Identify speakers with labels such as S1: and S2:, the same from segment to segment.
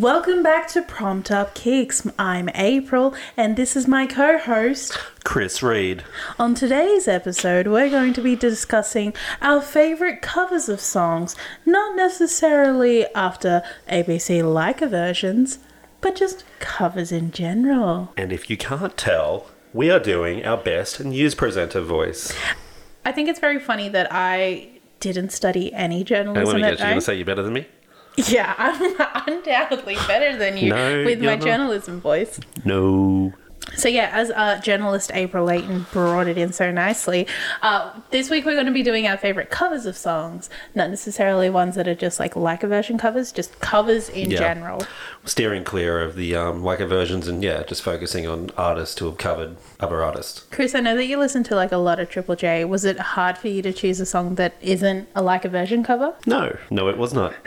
S1: Welcome back to Prom Top Kicks. I'm April, and this is my co host.
S2: Chris Reed.
S1: On today's episode, we're going to be discussing our favorite covers of songs, not necessarily after ABC Leica versions, but just covers in general.
S2: And if you can't tell, we are doing our best news presenter voice.
S1: I think it's very funny that I didn't study any
S2: And let
S1: journalism
S2: me
S1: at
S2: guess, you're going to
S1: night.
S2: say you're better than me?
S1: Yeah, I'm undoubtedly better than you
S2: No,
S1: with my
S2: you're not.
S1: journalism voice.
S2: No.
S1: So yeah, as uh, journalist April Layton brought it in so nicely, uh, this week we're going to be doing our favorite covers of songs, not necessarily ones that are just like like a version covers, just covers in
S2: Yeah.
S1: general.
S2: Steering clear of the um, Leica versions and yeah, just focusing on artists who have covered other artists.
S1: Chris, I know that you listen to like a lot of Triple J. Was it hard for you to choose a song that isn't a like a version cover?
S2: No, no, it was not.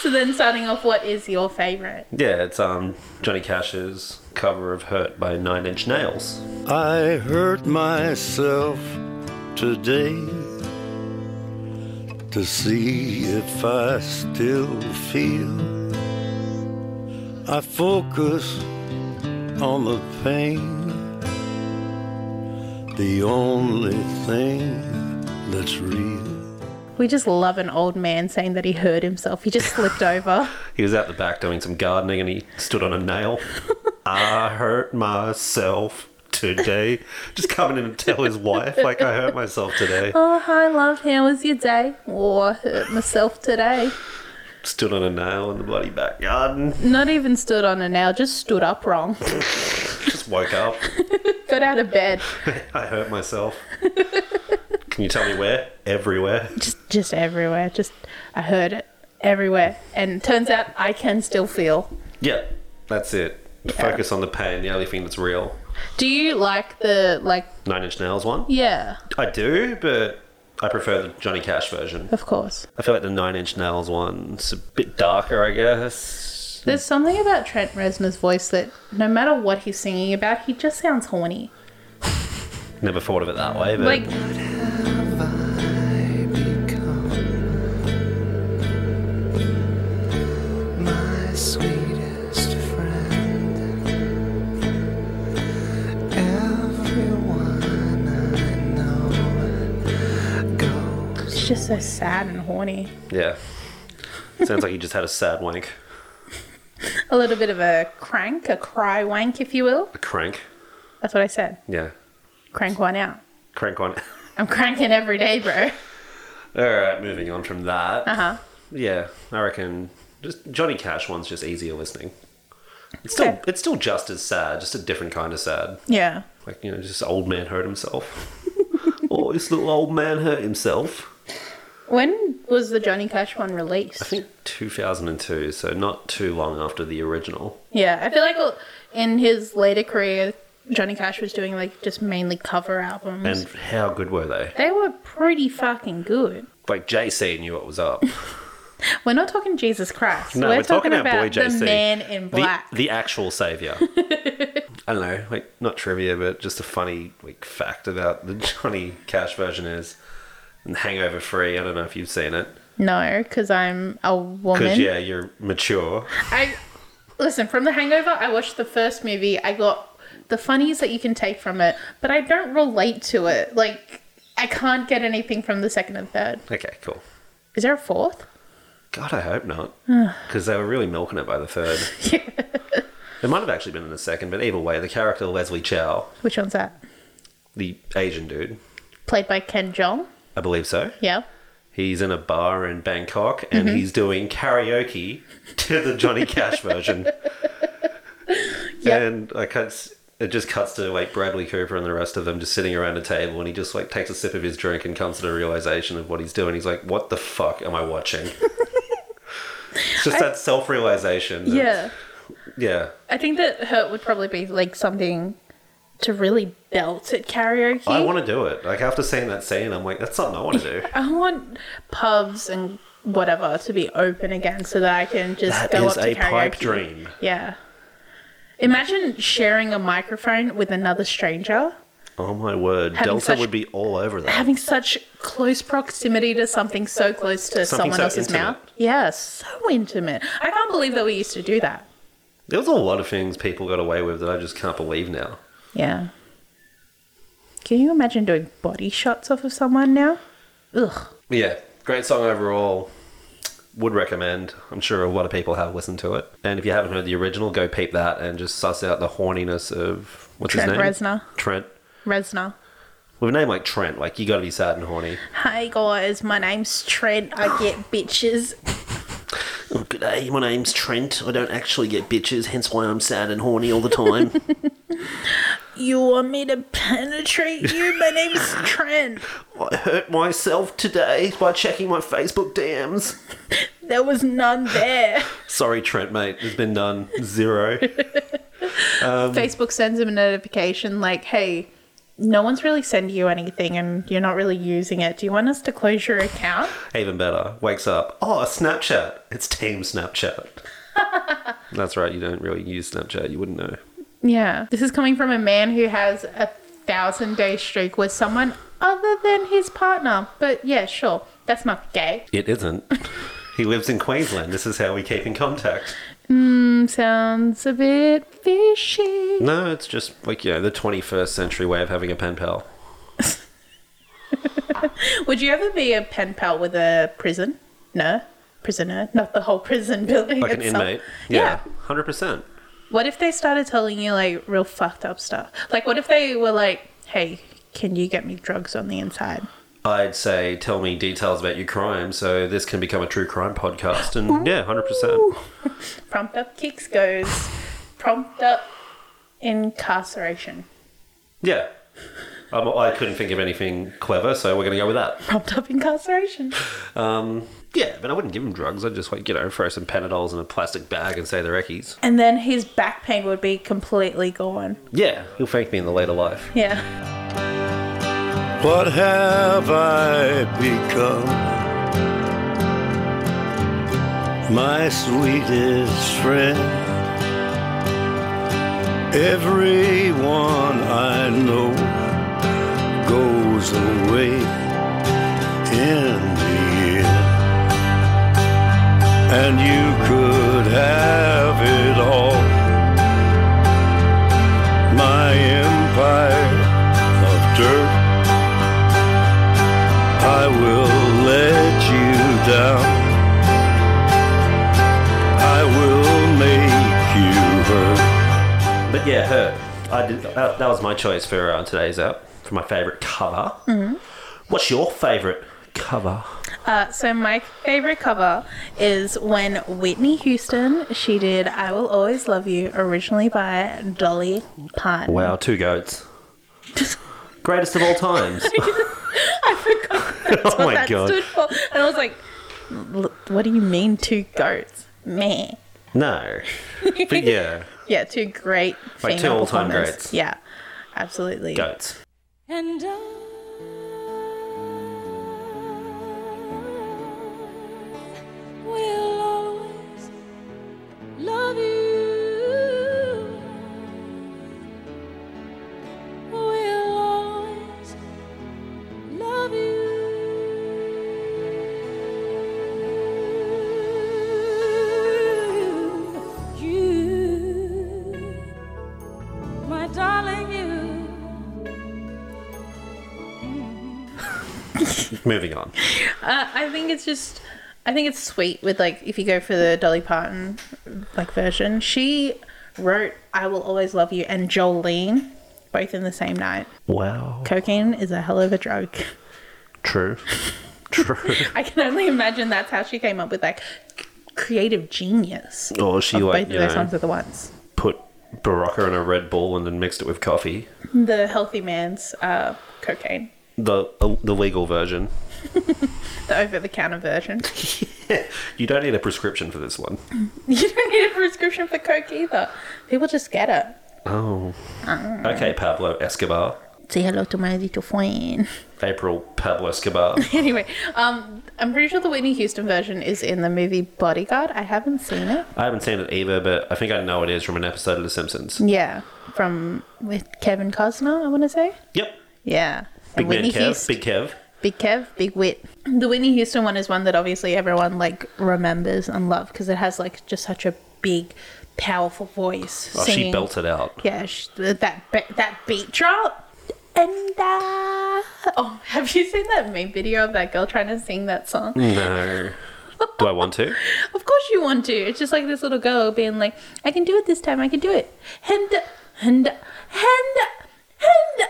S1: So then, starting off, what is your favorite?
S2: Yeah, it's um, Johnny Cash's cover of Hurt by Nine Inch Nails.
S3: I hurt myself today to see if I still feel. I focus on the pain, the only thing that's real.
S1: We just love an old man saying that he hurt himself. He just slipped over.
S2: He was out the back doing some gardening and he stood on a nail. I hurt myself today. Just coming in and tell his wife, like, I hurt myself today.
S1: Oh, hi, love. How was your day? Oh, I hurt myself today.
S2: Stood on a nail in the bloody backyard and
S1: Not even stood on a nail, just stood up wrong.
S2: just woke up.
S1: Got out of bed.
S2: I hurt myself. Can you tell me where? Everywhere.
S1: Just just everywhere. Just I heard it everywhere. And turns out I can still feel.
S2: Yeah, that's it. Focus on the pain, the only thing that's real.
S1: Do you like the like
S2: Nine Inch Nails one?
S1: yeah,
S2: I do, but I prefer the Johnny Cash version.
S1: of course.
S2: I feel like the Nine Inch Nails one's a bit darker, I guess.
S1: There's something about Trent Reznor's voice that no matter what he's singing about, he just sounds horny.
S2: Never thought of it that way, but
S1: Like
S4: my sweetest friend. Everyone I know goes.
S1: it's just so sad and horny.
S2: yeah. Sounds like he just had a sad wank.
S1: A little bit of a crank, a cry wank, if you will.
S2: A crank.
S1: That's what I said.
S2: Yeah.
S1: Crank one out.
S2: Crank on.
S1: I'm cranking every day, bro.
S2: Alright, moving on from that.
S1: Uh-huh.
S2: Yeah, I reckon just Johnny Cash one's just easier listening. It's still
S1: Okay.
S2: it's still just as sad, just a different kind of sad.
S1: Yeah.
S2: Like you know, just old man hurt himself. oh, this little old man hurt himself.
S1: When was the Johnny Cash one released?
S2: I think 2002, so not too long after the original.
S1: yeah, I feel like uh, in his later career, Johnny Cash was doing like just mainly cover albums.
S2: And how good were they?
S1: they were pretty fucking good.
S2: Like JC knew what was up.
S1: We're not talking Jesus Christ.
S2: No,
S1: we're,
S2: we're,
S1: talking, about
S2: boy JC,
S1: the man in
S2: The-
S1: black.
S2: the, actual savior. I don't know, like not trivia, but just a funny like fact about the Johnny Cash version is and Hangover Free. I don't know if you've seen it.
S1: no, because I'm a
S2: Because
S1: woman.
S2: yeah, you're mature.
S1: I listen from The Hangover. I watched the first movie. I got the funnies that you can take from it, but I don't relate to it. Like I can't get anything from the second and third.
S2: Okay, cool.
S1: Is there a fourth?
S2: God, I hope not,
S1: Ah.
S2: because they were really milking it by the third. It might have actually been in the second, but either way, the character Leslie Chow,
S1: Which one's that?
S2: the Asian dude,
S1: Played by Ken Jeong.
S2: I believe so.
S1: Yeah.
S2: He's in a bar in Bangkok and
S1: Mm-hmm.
S2: he's doing karaoke to the Johnny Cash version. And I cuts it just cuts to like Bradley Cooper and the rest of them just sitting around a table and he just like takes a sip of his drink and comes to the realization of what he's doing. He's like, What the fuck am I watching? it's just that self realization.
S1: Yeah.
S2: Yeah.
S1: I think that Hurt would probably be like something to really belt at karaoke.
S2: I wanna do it. Like after seeing that scene, I'm like, that's something I wanna do.
S1: I want pubs and whatever to be open again so that I can just
S2: That
S1: go
S2: is
S1: up to
S2: a
S1: karaoke.
S2: pipe dream.
S1: Yeah. Imagine sharing a microphone with another stranger.
S2: Oh my word.
S1: Having
S2: Delta
S1: such-
S2: would be all over that.
S1: having such close proximity to something so close to
S2: Something
S1: someone
S2: so
S1: else's
S2: intimate.
S1: mouth. Yeah, so intimate. I can't believe that we used to do that.
S2: there was a lot of things people got away with that I just can't believe now.
S1: Yeah. Can you imagine doing body shots off of someone now? Ugh.
S2: But yeah, great song overall. Would recommend. I'm sure a lot of people have listened to it. And if you haven't heard the original, go peep that and just suss out the horniness of what's
S1: Trent
S2: his name?
S1: Reznor.
S2: Trent.
S1: Reznor.
S2: With a name like Trent, like you got to be sad and horny.
S1: Hey guys, my name's Trent. I get bitches.
S2: Oh, good day. My name's Trent. I don't actually get bitches, hence why I'm sad and horny all the time.
S1: You want me to penetrate you? My name's Trent.
S2: I hurt myself today by checking my Facebook DMs.
S1: There was none there.
S2: Sorry, Trent, mate. There's been none. Zero.
S1: Facebook sends him a notification like, hey, no one's really sending you anything and you're not really using it. Do you want us to close your account?
S2: Even better. Wakes up. Oh, Snapchat. It's Team Snapchat. That's right. You don't really use Snapchat. You wouldn't know.
S1: Yeah. This is coming from a man who has a thousand day streak with someone other than his partner. But yeah, sure. That's not gay.
S2: It isn't. he lives in Queensland. This is how we keep in contact.
S1: Mm, Sounds a bit fishy.
S2: No, it's just like, you know, the 21st century way of having a pen pal.
S1: Would you ever be a pen pal with a prison? No. Prisoner, not the whole prison building.
S2: Like an
S1: itself.
S2: inmate.
S1: Yeah.
S2: yeah. 100%.
S1: What if they started telling you like real fucked up stuff? Like, what if they were like, "Hey, can you get me drugs on the inside?"
S2: I'd say tell me details about your crime so this can become a true crime podcast. And yeah, 100%.
S1: Prompt up kicks goes. Prompt up incarceration.
S2: Yeah. Um, I couldn't think of anything clever, so we're going to go with that.
S1: Prompt up incarceration.
S2: Um, Yeah, but I wouldn't give him drugs. I'd just, like, you know, throw some Panadols in a plastic bag and say they're Eckies.
S1: And then his back pain would be completely gone.
S2: Yeah, he'll thank me in the later life.
S1: Yeah.
S3: What have I become? My sweetest friend. Everyone I know goes away in the end. And you could have it all. My empire of dirt. I will let you down. I will make you hurt.
S2: But yeah, her. I did, that, that was my choice for uh, today's app, for my favourite cover.
S1: Mm-hmm.
S2: What's your favourite cover?
S1: Uh, so my favorite cover is when Whitney Houston she did "I Will Always Love You" originally by Dolly Parton.
S2: Wow, Oh two goats. Greatest of all times.
S1: That's
S2: Oh
S1: what
S2: my
S1: that
S2: God.
S1: stood for. And I was like, "L- what do you mean two goats? Meh.
S2: no. But yeah,
S1: Yeah, two great
S2: Like
S1: female
S2: two all-time
S1: performers.
S2: greats.
S1: Yeah, absolutely.
S2: goats.
S5: And I will always love you. Will always love you. You, my darling, you.
S2: Moving on.
S1: Uh, I think it's just, I think it's sweet with like if you go for the Dolly Parton like version. She wrote "I Will Always Love You" and Jolene both in the same night.
S2: Wow.
S1: Cocaine is a hell of a drug.
S2: True. True.
S1: I can only imagine that's how she came up with like c- creative genius.
S2: Or Oh, she
S1: of
S2: like
S1: both
S2: you
S1: of those
S2: know,
S1: songs at the once.
S2: put Barocca in a Red Bull and then mixed it with coffee.
S1: The healthy man's uh, cocaine,
S2: The uh, the legal version.
S1: the over the counter version.
S2: You don't need a prescription for this one.
S1: you don't need a prescription for coke either. People just get it. Uh.
S2: Oh. Okay, Pablo Escobar.
S1: Say hello to my little friend.
S2: April Pablo Escobar.
S1: anyway, um, I'm pretty sure the Whitney Houston version is in the movie Bodyguard. I haven't seen it.
S2: I haven't seen it either, but I think I know it is from an episode of The Simpsons.
S1: Yeah, from with Kevin Costner, I want to say.
S2: Yep.
S1: Yeah,
S2: Big
S1: and
S2: man
S1: Whitney
S2: Kev.
S1: Houst-
S2: Big Kev.
S1: Big Kev, Big Wit. The Whitney Houston one is one that obviously everyone like remembers and love because it has like just such a big, powerful voice.
S2: Oh, she
S1: singing.
S2: belted out.
S1: Yeah, sh- that be- that beat drop. And uh, oh, have you seen that meme video of that girl trying to sing that song?
S2: Mm. No. Do I want to?
S1: Of course you want to. It's just like this little girl being like, I can do it this time. I can do it. And, and, and, and.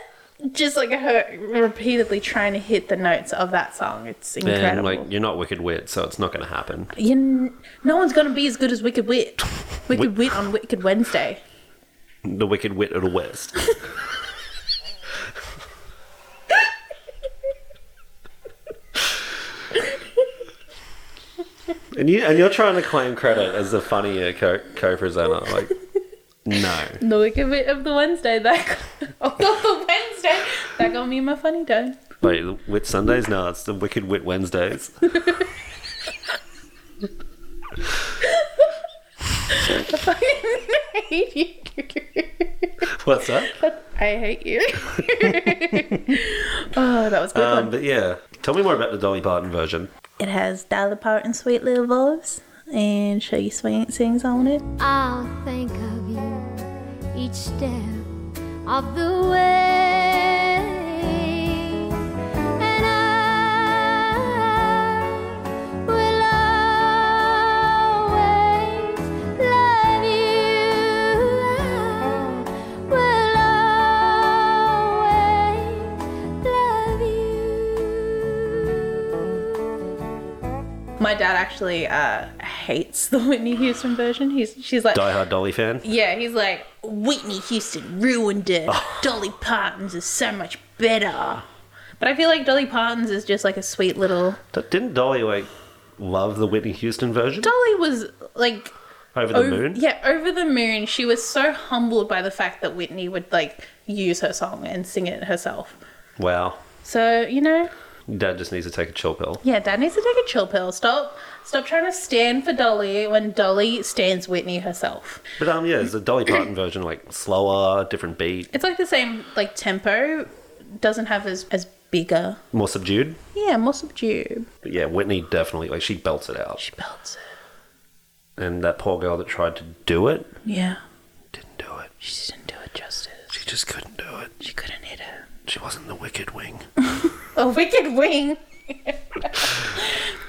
S1: Just like her repeatedly trying to hit the notes of that song. It's
S2: And
S1: incredible.
S2: like, you're not Wicked Wit, so it's not going to happen.
S1: you n- no one's going to be as good as Wicked Wit. Wicked Wit on Wicked Wednesday.
S2: The Wicked Wit of the West. and you and you're trying to claim credit as the funnier co- co-presenter, like. No.
S1: The Wicked Wit of the Wednesday. That of the Wednesday. That got me my funny time.
S2: Wait, Wit Sundays? No, it's the Wicked Wit Wednesdays.
S1: I hate you.
S2: What's up?
S1: I hate you. oh, that was a good. one.
S2: Um, but yeah, tell me more about the Dolly Parton version.
S1: It has Dolly Parton Sweet Little Voice and She Swing sings on it.
S6: I'll think of you each step of the way. And I will always love you. I will always love you.
S1: My dad actually uh, hates the Whitney Houston version. He's she's like
S2: Die Hard Dolly fan.
S1: yeah, he's like Whitney Houston ruined it.
S2: Oh.
S1: Dolly Parton's is so much better. But I feel like Dolly Parton's is just like a sweet little
S2: D- Didn't Dolly like love the Whitney Houston version
S1: Dolly was like
S2: over the
S1: ov-
S2: moon?
S1: Oh, Yeah, over the moon. She was so humbled by the fact that Whitney would like use her song and sing it herself.
S2: Wow.
S1: So, you know,
S2: Dad just needs to take a chill pill.
S1: Yeah, Dad needs to take a chill pill. Stop, stop trying to stand for Dolly when Dolly stands Whitney herself.
S2: But um, yeah, it's the Dolly Parton version, like slower, different beat,
S1: It's like the same like tempo, doesn't have as as bigger.
S2: more subdued.
S1: Yeah, more subdued.
S2: But yeah, Whitney definitely like she belts it out,
S1: She belts it.
S2: and that poor girl that tried to do it
S1: Yeah,
S2: didn't do it.
S1: she didn't do it justice.
S2: She just couldn't do it.
S1: She couldn't hit her.
S2: She wasn't the Wicked Wing.
S1: A wicked wing.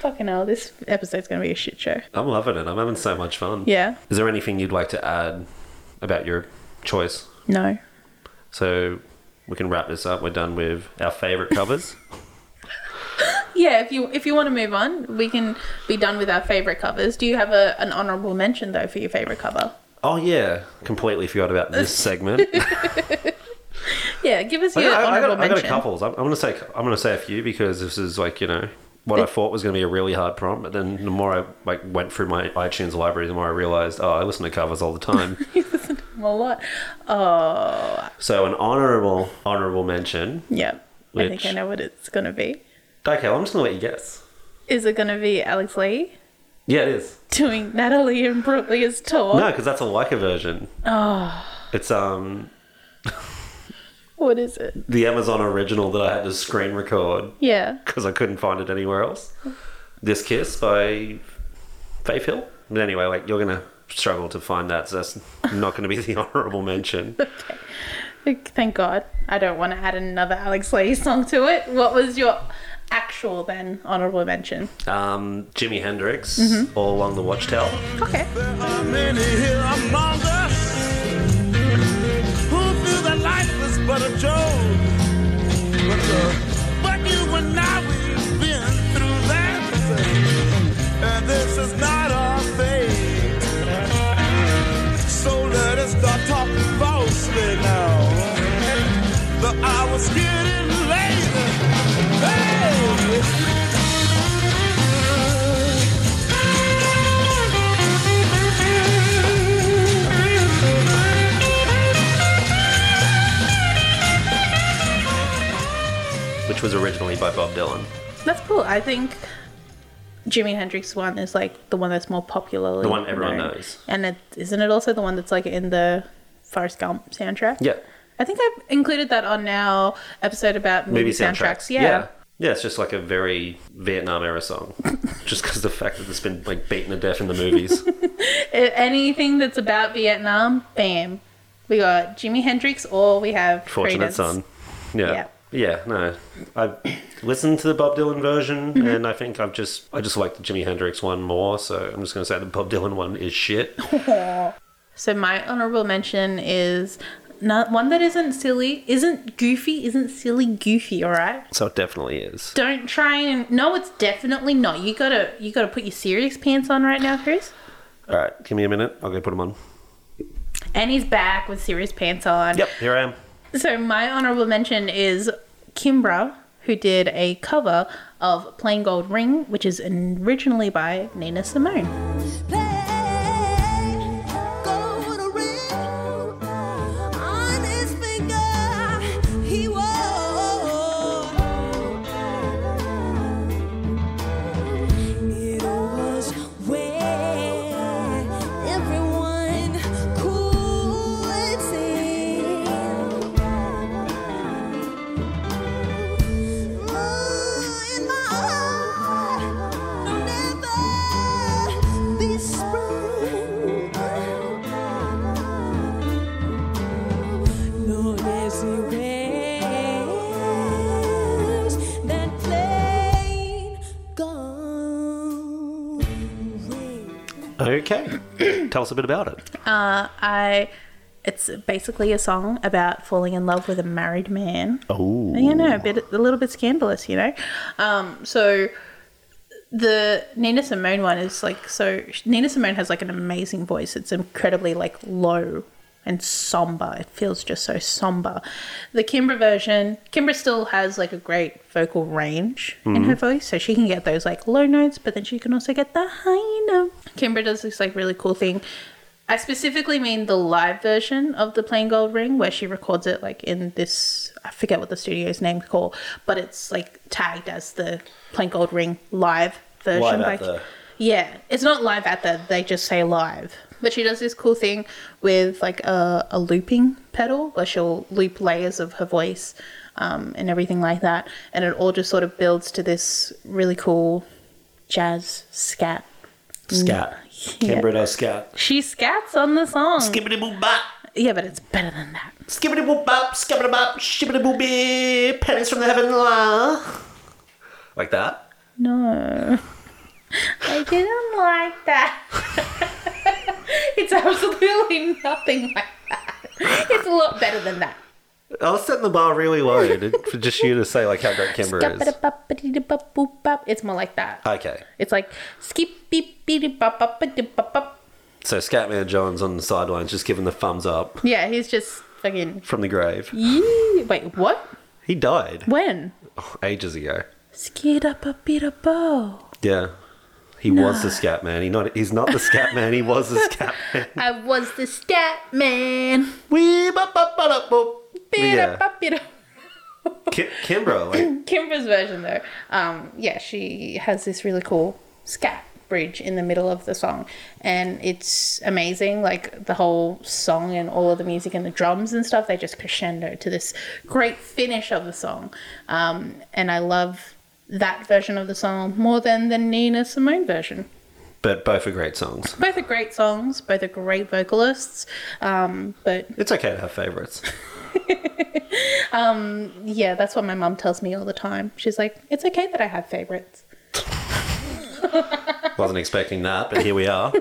S1: Fucking hell, this episode's gonna be a shit show.
S2: I'm loving it. I'm having so much fun.
S1: Yeah.
S2: Is there anything you'd like to add about your choice?
S1: No.
S2: So we can wrap this up. We're done with our favorite covers.
S1: Yeah, if you if you want to move on, we can be done with our favorite covers. Do you have a, an honorable mention though for your favorite cover?
S2: oh yeah, completely forgot about this segment.
S1: Yeah, give us
S2: I
S1: your
S2: got, I, I
S1: honorable
S2: got, I got a
S1: mention.
S2: couple. I'm, I'm gonna say I'm gonna say a few because this is like you know what I thought was gonna be a really hard prompt, but then the more I like went through my iTunes library, the more I realized oh I listen to covers all the time.
S1: a lot. Oh,
S2: so an honorable honorable mention.
S1: yeah. I think
S2: Which-
S1: I know what it's gonna be.
S2: Okay, well, I'm just gonna let you guess.
S1: Is it gonna be Alex Lee
S2: Yeah, it is.
S1: doing Natalie and Brooklyn's tour?
S2: No, because that's a Leica version. Oh. It's um
S1: Ah, What is it?
S2: the Amazon original that I had to screen record
S1: Yeah.
S2: because I couldn't find it anywhere else. This Kiss by Faith Hill. But anyway, like you're gonna struggle to find that, so that's not gonna be the honourable mention.
S1: Like, Thank God. I don't want to add another Alex Lee song to it. What was your actual then honorable mention?
S2: Um, Jimi Hendrix,
S1: Mm-hmm.
S2: all along the Watchtower.
S1: Okay.
S3: There are many here among us who feel that life is but a joke. But, uh, but you and I, we've been through that. And this is not our fate. So let us start talking falsely now. The hour's getting later. Hey!
S6: Thank you.
S2: was originally by Bob Dylan.
S1: That's cool. I think Jimi Hendrix one is like the one that's more popularly
S2: The one everyone
S1: known.
S2: knows.
S1: And it isn't it also the one that's like in the Forrest Gump soundtrack?
S2: Yeah.
S1: I think I've included that on our episode about movie,
S2: Movie
S1: soundtracks.
S2: soundtracks.
S1: Yeah.
S2: yeah. Yeah, it's just like a very Vietnam era song. just because the fact that it's been like beaten to death in the movies.
S1: A- Anything that's about Vietnam, bam. We got Jimi Hendrix or we have
S2: Fortunate
S1: Creedence.
S2: Son. Yeah.
S1: Yeah.
S2: yeah. no. I've listened to the Bob Dylan version and I think I've just I just like the Jimi Hendrix one more, so I'm just gonna say the Bob Dylan one is shit.
S1: So my honorable mention is not one that isn't silly, isn't goofy, isn't silly goofy, all right?
S2: so it definitely is.
S1: Don't try and no, it's definitely not. You gotta you gotta put your serious pants on right now, Chris.
S2: Alright, give me a minute, I'll go put them on.
S1: And he's back with serious pants on.
S2: Yep, here I am.
S1: So my honorable mention is Kimbra, who did a cover of Plain Gold Ring, which is originally by Nina Simone.
S2: Okay. Tell us a bit about it.
S1: Uh, I it's basically a song about falling in love with a married man.
S2: Oh.
S1: you know, a bit, a little bit scandalous, you know. Um, so the Nina Simone one is like so. Nina Simone has like an amazing voice. It's incredibly like low and somber. It feels just so somber. The Kimbra version, Kimbra still has like a great vocal range in her voice, so she can get those like low notes, but then she can also get the high note. Kimbra does this like really cool thing. I specifically mean the live version of the Plain Gold Ring, where she records it like in this. I forget what the studio's name's called, but it's like tagged as the Plain Gold Ring live version.
S2: Live
S1: by-
S2: at the-
S1: Yeah, it's not live at the. They just say live. But she does this cool thing with like a, a looping pedal, where she'll loop layers of her voice um, and everything like that, and it all just sort of builds to this really cool jazz scat.
S2: Scat. Canberra does scat.
S1: She scats on the song.
S2: Skibbity boop bop.
S1: Yeah, but it's better than that.
S2: Skibbity boop bop. Skibbity bop. Shibbity boopy. Pennies from the heaven. La. Like that?
S1: No. I didn't like that. it's absolutely nothing like that. It's a lot better than that.
S2: I was setting the bar really low to- for just you to say like how great Canberra is.
S1: Skip-a-da-bop-a-dee-da-bop-boop-bop. It's more like that.
S2: Okay.
S1: It's like skip beep beep bop bop bop bop.
S2: So Scatman John's on the sidelines just giving the thumbs up
S1: Yeah, he's just fucking.
S2: from the grave.
S1: Yee. Wait, what?
S2: He died Oh,
S1: When?
S2: ages ago.
S1: Skid up a bit a bow.
S2: Yeah. He was the scat man. He not he's not the scat man, he was the scat man.
S1: I was the stat man.
S2: Wee bop bop bop up, bop.
S1: Bida
S2: Yeah.
S1: bop bida.
S2: Ki- Kimbra, like
S1: Kimbra's version though, um, yeah, she has this really cool scat bridge in the middle of the song, and it's amazing. Like the whole song and all of the music and the drums and stuff, they just crescendo to this great finish of the song, um, and I love that version of the song more than the Nina Simone version.
S2: but both are great songs.
S1: Both are great songs, both are great vocalists, um, but
S2: It's okay to have favorites.
S1: yeah, that's what my mum tells me all the time. She's like, "It's okay that I have favorites."
S2: Wasn't expecting that, but here we are.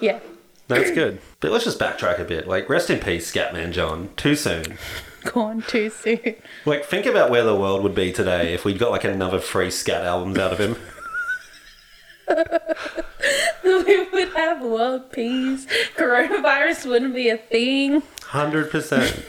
S1: Yeah.
S2: That's good. But let's just backtrack a bit. Like, rest in peace, Scatman John. Too soon.
S1: Gone too soon.
S2: Like, think about where the world would be today if we'd got like another free scat albums out of him.
S1: we would have world peace. Coronavirus wouldn't be a thing.
S2: Hundred percent.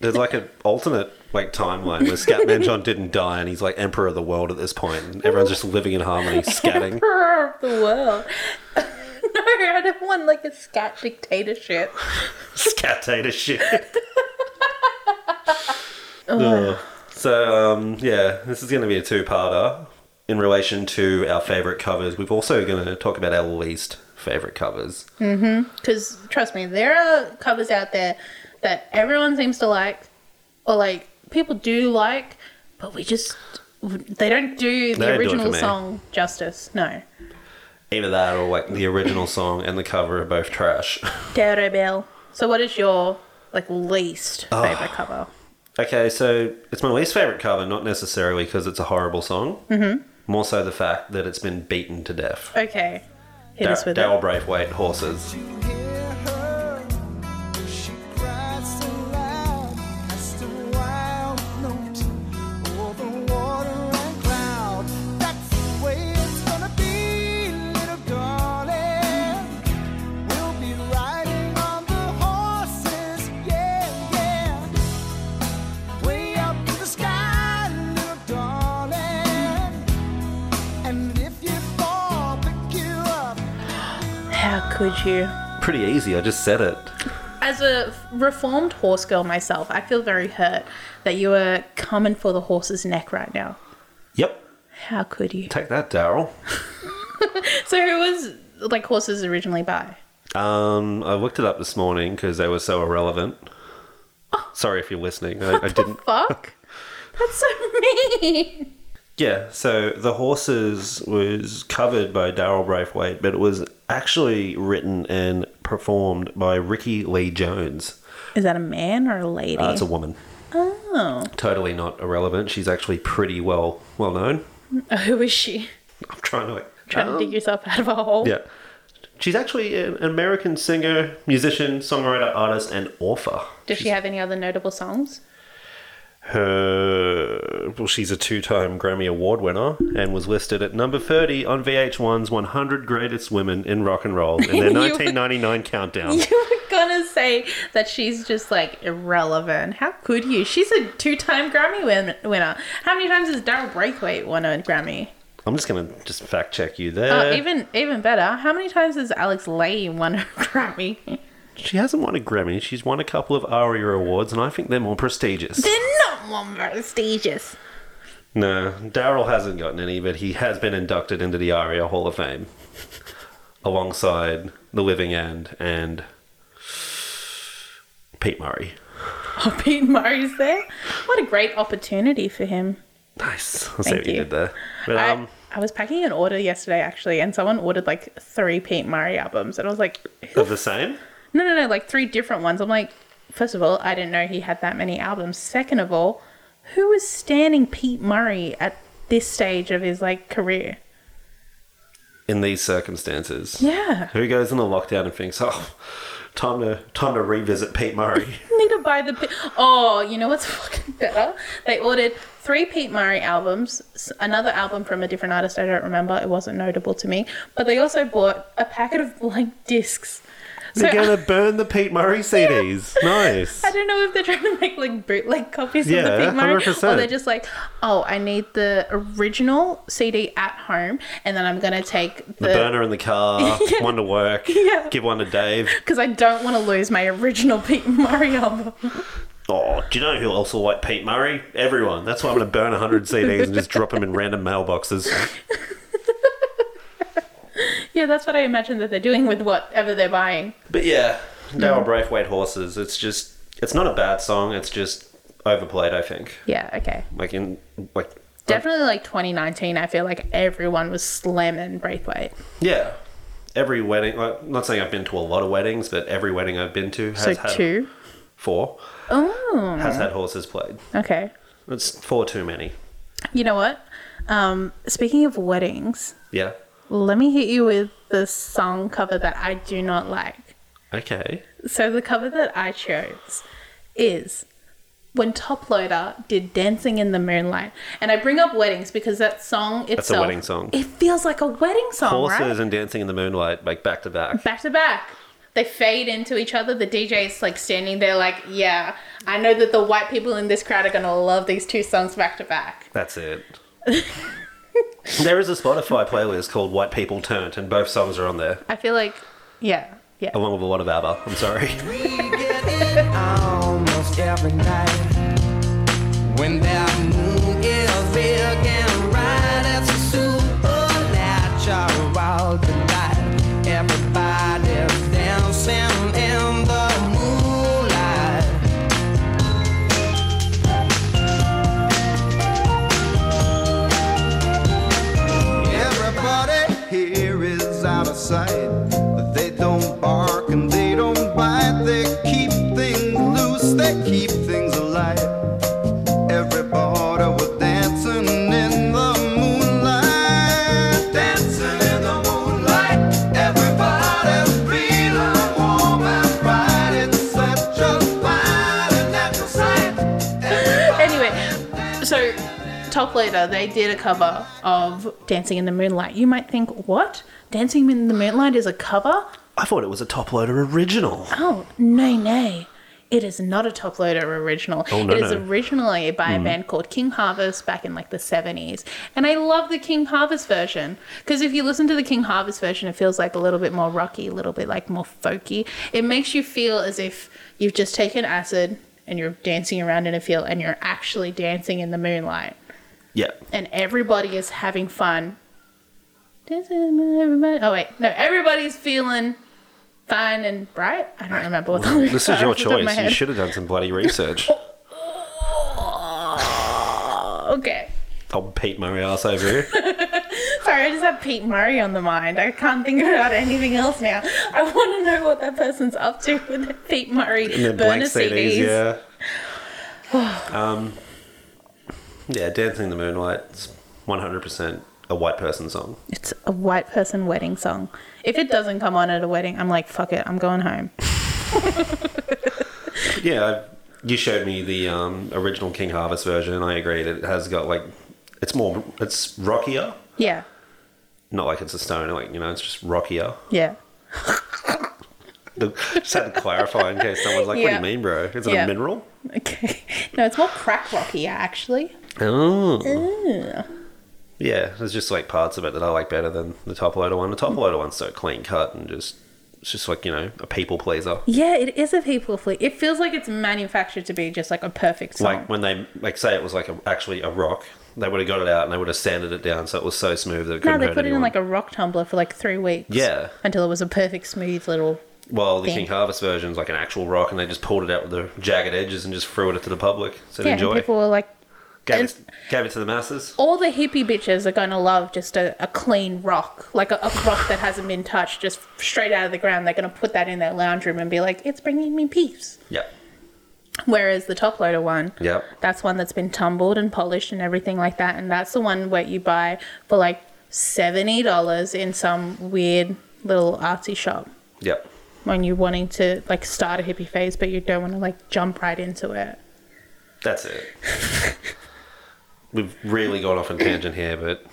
S2: There's like an alternate like timeline where Scatman John didn't die and he's like emperor of the world at this point, and everyone's just living in harmony, scatting.
S1: Emperor of the world. no, I don't want like a scat dictatorship.
S2: Scatator shit. Ugh. So um, yeah, this is going to be a two-parter in relation to our favorite covers. We've also going to talk about our least favorite covers.
S1: Because trust me, there are covers out there that everyone seems to like, or like people do like, but we just they don't do the
S2: They don't do it
S1: original
S2: for me.
S1: song justice. No,
S2: Either that or like the original song and the cover are both trash.
S1: Terrible. So, what is your like least favorite cover?
S2: okay, so it's my least favorite cover, not necessarily because it's a horrible song. Mm-hmm. More so the fact that it's been beaten to death.
S1: Okay, hit us with
S2: Daryl
S1: it.
S2: Braithwaite, Horses.
S7: And if you fall, pick you up.
S1: How could you?
S2: Pretty easy, I just said it.
S1: As a reformed horse girl myself, I feel very hurt that you are coming for the horse's neck right now.
S2: Yep.
S1: How could you?
S2: Take that, Daryl.
S1: So, who was like horses originally by?
S2: Um, I looked it up this morning because they were so irrelevant.
S1: Oh.
S2: Sorry if you're listening. I, I didn't.
S1: Fuck. That's so mean.
S2: Yeah, so The Horses was covered by Daryl Braithwaite, but it was actually written and performed by Ricky Lee Jones.
S1: Is that a man or a lady?
S2: Uh, it's a woman.
S1: oh.
S2: Totally not irrelevant. She's actually pretty well well known.
S1: Oh, Who is she?
S2: I'm trying to like.
S1: Trying to dig yourself out of a hole.
S2: Um, Yeah. She's actually an American singer, musician, songwriter, artist, and author.
S1: Does she have any other notable songs?
S2: Her well, she's a two-time Grammy Award winner and was listed at number thirty on VH1's 100 Greatest Women in Rock and Roll in their
S1: You-
S2: 1999 countdown.
S1: You were gonna say that she's just like irrelevant. How could you? She's a two-time Grammy win- winner. How many times has Daryl Braithwaite won a Grammy?
S2: I'm just gonna just fact check you
S1: Oh,
S2: there.
S1: even even better. How many times has Alex Lay won a Grammy?
S2: she hasn't won a Grammy. She's won a couple of ARIA awards, and I think they're more prestigious.
S1: They're not one prestigious.
S2: No, Daryl hasn't gotten any, but he has been inducted into the ARIA Hall of Fame alongside The Living End and Pete Murray.
S1: Oh, Pete Murray's there. What a great opportunity for him.
S2: Nice. I'll see
S1: Thank
S2: what you.
S1: you.
S2: did there. But
S1: I-
S2: um,
S1: I, was packing an order yesterday actually, and someone ordered like three Pete Murray albums, and I was like,
S2: of the same.
S1: no, no, no, like three different ones. I'm like, first of all, I didn't know he had that many albums. Second of all, who was standing Pete Murray at this stage of his like career?
S2: in these circumstances.
S1: Yeah,
S2: Who goes in the lockdown and thinks, oh, time to time to revisit Pete Murray?
S1: need to buy the. Pe- oh, you know what's fucking better? They ordered three Pete Murray albums, s- another album from a different artist. I don't remember. It wasn't notable to me, but they also bought a packet of blank discs. So
S2: They're gonna burn the Pete Murray CDs. Nice.
S1: I don't know if they're trying to make like bootleg copies of
S2: Yeah,
S1: the Pink Murray, or
S2: 100%.
S1: they're just like, oh, I need the original CD at home, and then I'm gonna take
S2: The
S1: the
S2: burner in the car, one to work,
S1: Yeah.
S2: give one to Dave.
S1: because I don't want to lose my original Pete Murray album.
S2: Oh, do you know who also liked Pete Murray? Everyone. That's why I'm gonna burn 100 CDs and just drop them in random mailboxes.
S1: yeah, that's what I imagine that they're doing with whatever they're buying.
S2: But yeah, Daryl Braithwaite Horses. It's just, it's not a bad song. It's just overplayed, I think.
S1: Yeah, okay,
S2: Like in, like,
S1: definitely like 2019. I feel like everyone was slamming Braithwaite.
S2: Yeah. Every wedding, like, I'm not saying I've been to a lot of weddings, but every wedding I've been to has
S1: So
S2: had
S1: two.
S2: four
S1: Oh,
S2: has had horses played.
S1: okay.
S2: It's four too many.
S1: You know what? Um, speaking of weddings,
S2: Yeah.
S1: let me hit you with the song cover that I do not like.
S2: Okay.
S1: So the cover that I chose is when Top Loader did Dancing in the Moonlight. And I bring up weddings because that song itself
S2: a wedding song.
S1: It feels like a wedding song,
S2: Horses
S1: right?
S2: and dancing in the moonlight, like back to back.
S1: Back to back. They fade into each other. The DJ's like standing there like, yeah, I know that the white people in this crowd are gonna love these two songs back to back.
S2: That's it. there is a Spotify playlist called White People Turned, and both songs are on there,
S1: I feel like yeah, yeah.
S2: along with a lot of ABBA. I'm sorry.
S7: We get it almost every night.
S4: When that moon is big and bright, it's a supernatural delight. Everybody's dancing in the moonlight. Everybody here is out of sight. They don't bark and they don't bite. They keep things loose, they keep things alive. Everybody was dancing in the moonlight. Dancing in the moonlight. Everybody's feeling warm and bright. It's such a fine and natural sight.
S1: Anyway, so Top Leader, they did a cover of Dancing in the Moonlight. You might think, what? Dancing in the Moonlight is a cover?
S2: I thought it was a top loader original.
S1: Oh, no, no. It is not a Top Loader original.
S2: Oh, no,
S1: it is
S2: no. Hmm.
S1: originally by a band called King Harvest back in like the 70s. And I love the King Harvest version because if you listen to the King Harvest version, it feels like a little bit more rocky, a little bit like more folky. It makes you feel as if you've just taken acid and you're dancing around in a field and you're actually dancing in the moonlight
S2: Yeah.
S1: and everybody is having fun. Dancing with Everybody. Oh wait, no, everybody's feeling fine and bright. I don't remember what the lyrics
S2: This
S1: are
S2: is your
S1: off the top of my
S2: choice. You
S1: head.
S2: should have done some bloody research.
S1: Okay,
S2: I'll Pete my ass over here.
S1: sorry, I just have Pete Murray on the mind. I can't think about anything else now. I want to know what that person's up to with the Pete Murray
S2: And then blank
S1: burner
S2: CDs,
S1: CDs.
S2: yeah. um, yeah, Dancing in the Moonlight. It's 100% a white person song.
S1: It's a white person wedding song. If it doesn't come on at a wedding, I'm like, fuck it, I'm going home.
S2: Yeah, i you showed me the um, original King Harvest version, and I agreed. It has got like, it's more, it's rockier.
S1: Yeah,
S2: Not like it's a stoner, like, you know, it's just rockier.
S1: yeah.
S2: The, just had to clarify in case someone's like,
S1: Yeah.
S2: what do you mean, bro? Is it
S1: Yeah.
S2: a mineral?
S1: Okay. No, it's more crack rocky actually.
S2: Oh. Yeah, there's just like parts of it that I like better than the top loader one. The top loader one's so clean cut and just it's just like, you know, a people pleaser.
S1: Yeah, it is a people fleet. It feels like it's manufactured to be just like a perfect song.
S2: Like when they like say it was like a, actually a rock, they would have got it out and they would have sanded it down so it was so smooth that it
S1: no,
S2: couldn't
S1: they
S2: hurt
S1: put it in
S2: anyone.
S1: like a rock tumbler for like three weeks.
S2: Yeah.
S1: Until it was a perfect smooth little.
S2: well, the
S1: thing.
S2: King Harvest version's like an actual rock and they just pulled it out with the jagged edges and just threw it to the public. So
S1: yeah,
S2: enjoy.
S1: and people were like,
S2: Gave it, gave it to the masses.
S1: all the hippie bitches are gonna love just a, a clean rock, like a, a rock that hasn't been touched, just straight out of the ground. They're gonna put that in their lounge room and be like, it's bringing me peace.
S2: Yep.
S1: Whereas the top loader one,
S2: Yep.
S1: That's one that's been tumbled and polished and everything like that. And that's the one where you buy for like $70 in some weird little artsy shop
S2: Yep.
S1: when you're wanting to like start a hippie phase, but you don't want to like jump right into it.
S2: That's it. We've really gone off on tangent here, but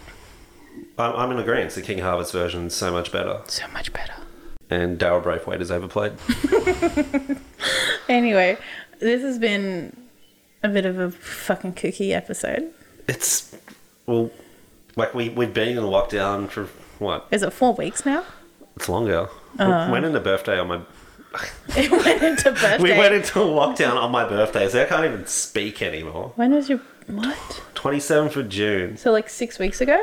S2: I'm, I'm in agreement. The King Harvest version is so much better,
S1: So much better.
S2: and Daryl Braithwaite is overplayed.
S1: Anyway, this has been a bit of a fucking kooky episode.
S2: it's well, like we we've been in lockdown for what?
S1: Is it four weeks now?
S2: It's longer. we went into birthday on my.
S1: It went into birthday.
S2: We went into lockdown on my birthday, so I can't even speak anymore.
S1: when was your. What?
S2: 27th of June,
S1: So like six weeks ago?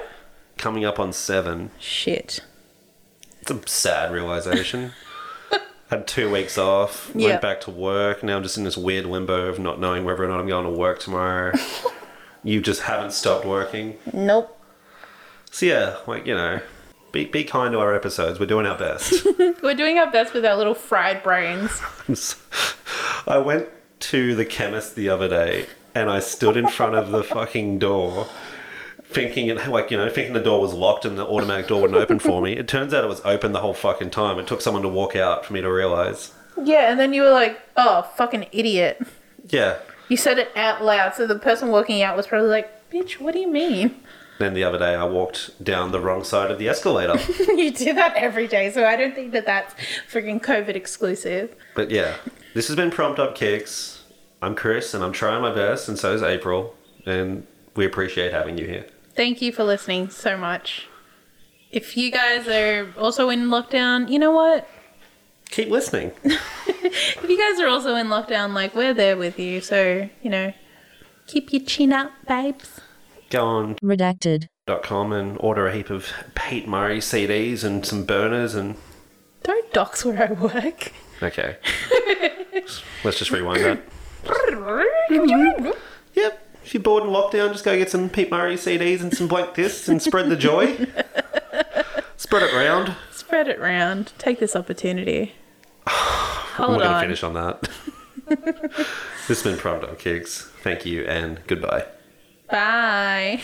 S2: coming up on seven.
S1: Shit.
S2: It's a sad realization. Had two weeks off,
S1: Yeah.
S2: went back to work. Now I'm just in this weird limbo of not knowing whether or not I'm going to work tomorrow. you just haven't stopped working.
S1: Nope.
S2: So, yeah, like, you know, be, be kind to our episodes. We're doing our best.
S1: We're doing our best with our little fried brains.
S2: I'm so- I went to the chemist the other day and I stood in front of the fucking door. Thinking it like you know, thinking the door was locked and the automatic door wouldn't open for me. It turns out it was open the whole fucking time. It took someone to walk out for me to realize.
S1: Yeah, and then you were like, oh, fucking idiot.
S2: Yeah,
S1: You said it out loud, so the person walking out was probably like, bitch, what do you mean?
S2: Then the other day, I walked down the wrong side of the escalator.
S1: you do that every day, so I don't think that that's freaking COVID exclusive.
S2: but yeah, this has been Prompt Up Kicks. I'm Chris, and I'm trying my best, and so is April. And we appreciate having you here.
S1: Thank you for listening so much. If you guys are also in lockdown, you know what?
S2: Keep listening.
S1: If you guys are also in lockdown, like, we're there with you, so, you know, Keep your chin up, babes.
S2: Go on
S8: redacted,
S2: .com and order a heap of Pete Murray CDs and some burners and
S1: Don't dox where I work.
S2: okay. Let's just rewind that. Yep. If you're bored in lockdown, just go get some Pete Murray CDs and some blank discs and spread the joy. spread it round.
S1: Spread it round. Take this opportunity.
S2: I'm
S1: Hold
S2: not going
S1: on.
S2: to finish on that. this has been Prime Dog Kicks. Thank you and goodbye.
S1: Bye.